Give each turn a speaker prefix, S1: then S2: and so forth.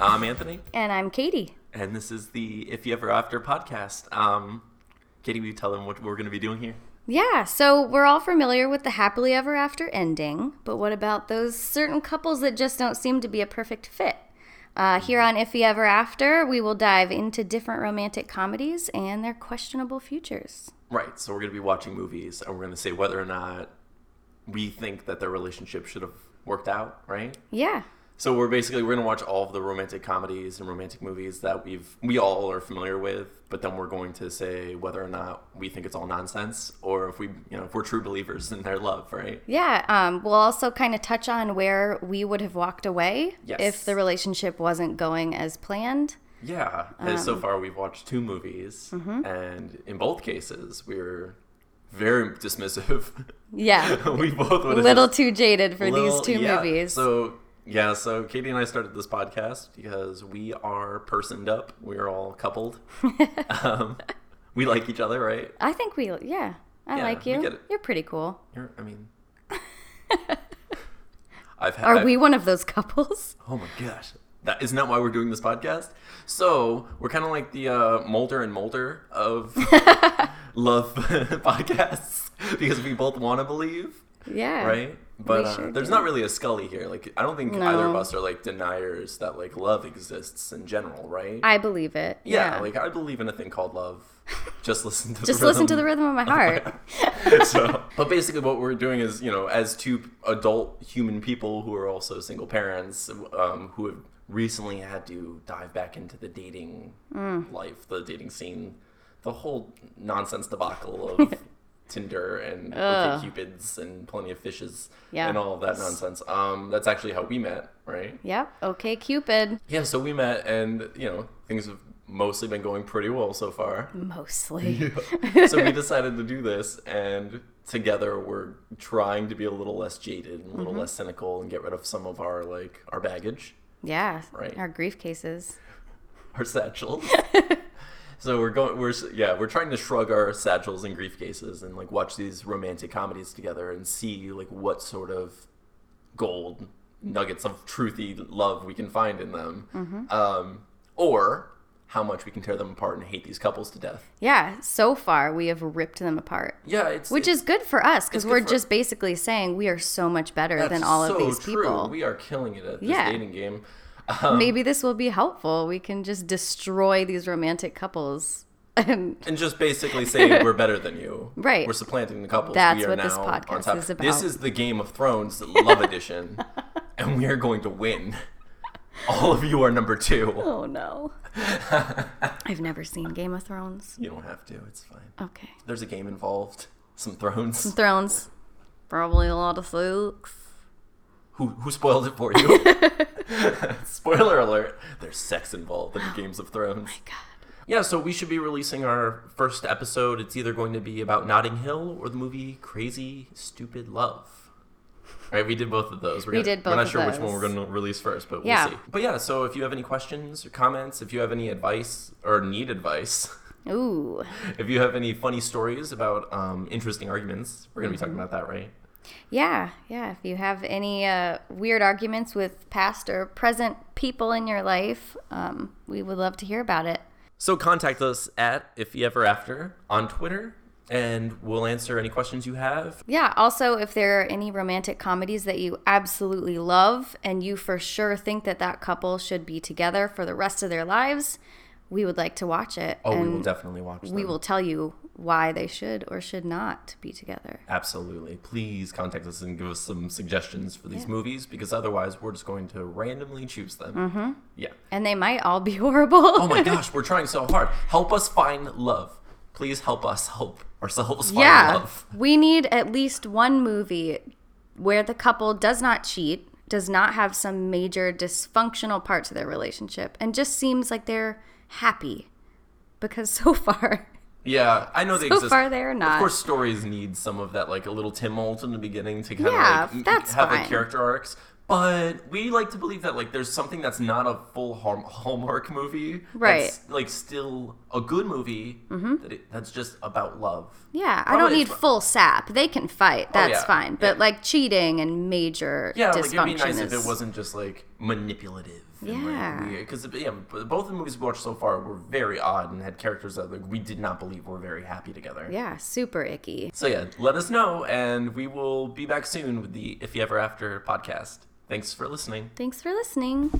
S1: I'm Anthony,
S2: And I'm Katie.
S1: and this is the If You Ever After podcast. Um, Katie, will you tell them what we're going to be doing here?
S2: Yeah, so we're all familiar with the happily ever after ending, but what about those certain couples that just don't seem to be a perfect fit? Uh, here on Iffy Ever After, we will dive into different romantic comedies and their questionable futures.
S1: Right. So we're going to be watching movies, and we're going to say whether or not we think that their relationship should have worked out. Right.
S2: Yeah,
S1: So we're basically we're going to watch all of the romantic comedies and romantic movies that we've we all are familiar with, but then we're going to say whether or not we think it's all nonsense or if we you know if we're true believers in their love. Right.
S2: yeah. Um, we'll also kind of touch on where we would have walked away
S1: Yes.
S2: if the relationship wasn't going as planned.
S1: Yeah. and
S2: Um,
S1: so far, we've watched two movies,
S2: mm-hmm.
S1: and in both cases, we were very dismissive.
S2: Yeah,
S1: we both would
S2: a
S1: have
S2: little
S1: just-
S2: too jaded for
S1: little-
S2: these two
S1: yeah.
S2: movies.
S1: So yeah, so Katie and I started this podcast because we are personed up. We're all coupled. um, we like each other, right?
S2: I think we, yeah, I
S1: Yeah,
S2: like
S1: we get
S2: you.
S1: it.
S2: You're pretty cool.
S1: You're, I mean, I've had.
S2: Are
S1: I've-
S2: we one of those couples?
S1: Oh my gosh. That isn't that why we're doing this podcast? So we're kind of like the uh, Molder and Molder of love podcasts because we both want to believe,
S2: Yeah.
S1: right? But
S2: sure
S1: uh, there's
S2: do.
S1: not really a Scully here. Like I don't think either of
S2: No.
S1: us are like deniers that like love exists in general, right?
S2: I believe it.
S1: yeah,
S2: Yeah.
S1: like I believe in a thing called love. Just listen to the
S2: Just
S1: rhythm.
S2: listen to the rhythm of my heart.
S1: so, but basically, what we're doing is, you know, as two adult human people who are also single parents, um, who have recently had to dive back into the dating
S2: Mm.
S1: life, the dating scene, the whole nonsense debacle of Tinder and
S2: Ugh.
S1: Cupids and plenty of fishes
S2: Yeah.
S1: and all of that nonsense. Um, that's actually how we met, right?
S2: yep. Okay, Cupid.
S1: Yeah. So we met, and you know, things have mostly been going pretty well so far.
S2: Mostly.
S1: so we decided to do this and together we're trying to be a little less jaded and a little less cynical and get rid of some of our like our baggage
S2: Yeah.
S1: Right.
S2: Our grief cases.
S1: our satchels so we're going we're s- yeah we're trying to shrug our satchels and grief cases and like watch these romantic comedies together and see like what sort of gold nuggets of truthy love we can find in them um, or how much we can tear them apart and hate these couples to death
S2: Yeah. So far, we have ripped them apart.
S1: yeah it's
S2: Which is good for us because
S1: good
S2: we're
S1: for-
S2: just basically saying we are so much better
S1: That's
S2: than all
S1: so
S2: of these
S1: true.
S2: people.
S1: We are killing it at this
S2: Yeah.
S1: dating game.
S2: Maybe this will be helpful. We can just destroy these romantic couples. And
S1: And just basically say we're better than you.
S2: Right.
S1: We're supplanting the couples.
S2: That's
S1: we are
S2: what
S1: now
S2: this
S1: on
S2: podcast
S1: top.
S2: is
S1: This
S2: about.
S1: is the Game of Thrones Love Edition, and we are going to win. All of you are number two.
S2: oh no. I've never seen Game of Thrones.
S1: You don't have to. It's fine.
S2: Okay.
S1: There's a game involved. Some thrones.
S2: Thrones. Probably a lot of sex.
S1: Who who spoiled it for you? Spoiler alert. There's sex involved in the Games of Thrones.
S2: Oh God.
S1: Yeah, so we should be releasing our first episode. It's either going to be about Notting Hill or the movie Crazy Stupid Love. All right, we did both of those. We're
S2: We
S1: gonna-
S2: did
S1: We're
S2: both
S1: not
S2: of
S1: sure which one
S2: those.
S1: we're going to release first, but
S2: Yeah.
S1: we'll see. But yeah, so if you have any questions or comments, if you have any advice or need advice,
S2: Ooh.
S1: if you have any funny stories about um, interesting arguments, we're going to be
S2: Mm-hmm.
S1: talking about that, right?
S2: Yeah, yeah. If you have any uh, weird arguments with past or present people in your life, um, we would love to hear about it.
S1: So contact us at if you ever after on Twitter, and we'll answer any questions you have.
S2: Yeah, also, if there are any romantic comedies that you absolutely love and you for sure think that that couple should be together for the rest of their lives, we would like to watch it.
S1: Oh, we
S2: and
S1: will definitely watch. Them.
S2: we will tell you why they should or should not be together.
S1: Absolutely. Please contact us and give us some suggestions for these movies because otherwise we're just going to randomly choose them. Mm-hmm. Yeah.
S2: And they might all be horrible.
S1: Oh my gosh, we're trying so hard. Help us find love. Please help us help ourselves find
S2: Yeah.
S1: love.
S2: We need at least one movie where the couple does not cheat, does not have some major dysfunctional part to their relationship, and just seems like they're happy. Because so far,
S1: Yeah, I know they
S2: So
S1: exist.
S2: far they are
S1: Of
S2: not.
S1: course, stories need some of that, like a little tumult in the beginning to kind of
S2: Yeah,
S1: like m-
S2: that's
S1: have the
S2: fine.
S1: character arcs. But we like to believe that like there's something that's not a full hallm- Hallmark movie,
S2: Right. Mm-hmm.
S1: That's, like still a good movie that it, that's just about love.
S2: yeah, I
S1: Probably
S2: don't need
S1: it's- Oh,
S2: full sap. They can fight. That's
S1: yeah,
S2: fine. But like cheating and major
S1: Yeah, like it'd
S2: dysfunction
S1: be nice if
S2: is
S1: it wasn't just like manipulative.
S2: Yeah.
S1: Because yeah, b- both the movies we watched so far were very odd and had characters that like, we did not believe were very happy together.
S2: Yeah, super icky.
S1: So yeah, let us know, and we will be back soon with the If You Ever After podcast. Thanks for listening.
S2: Thanks for listening.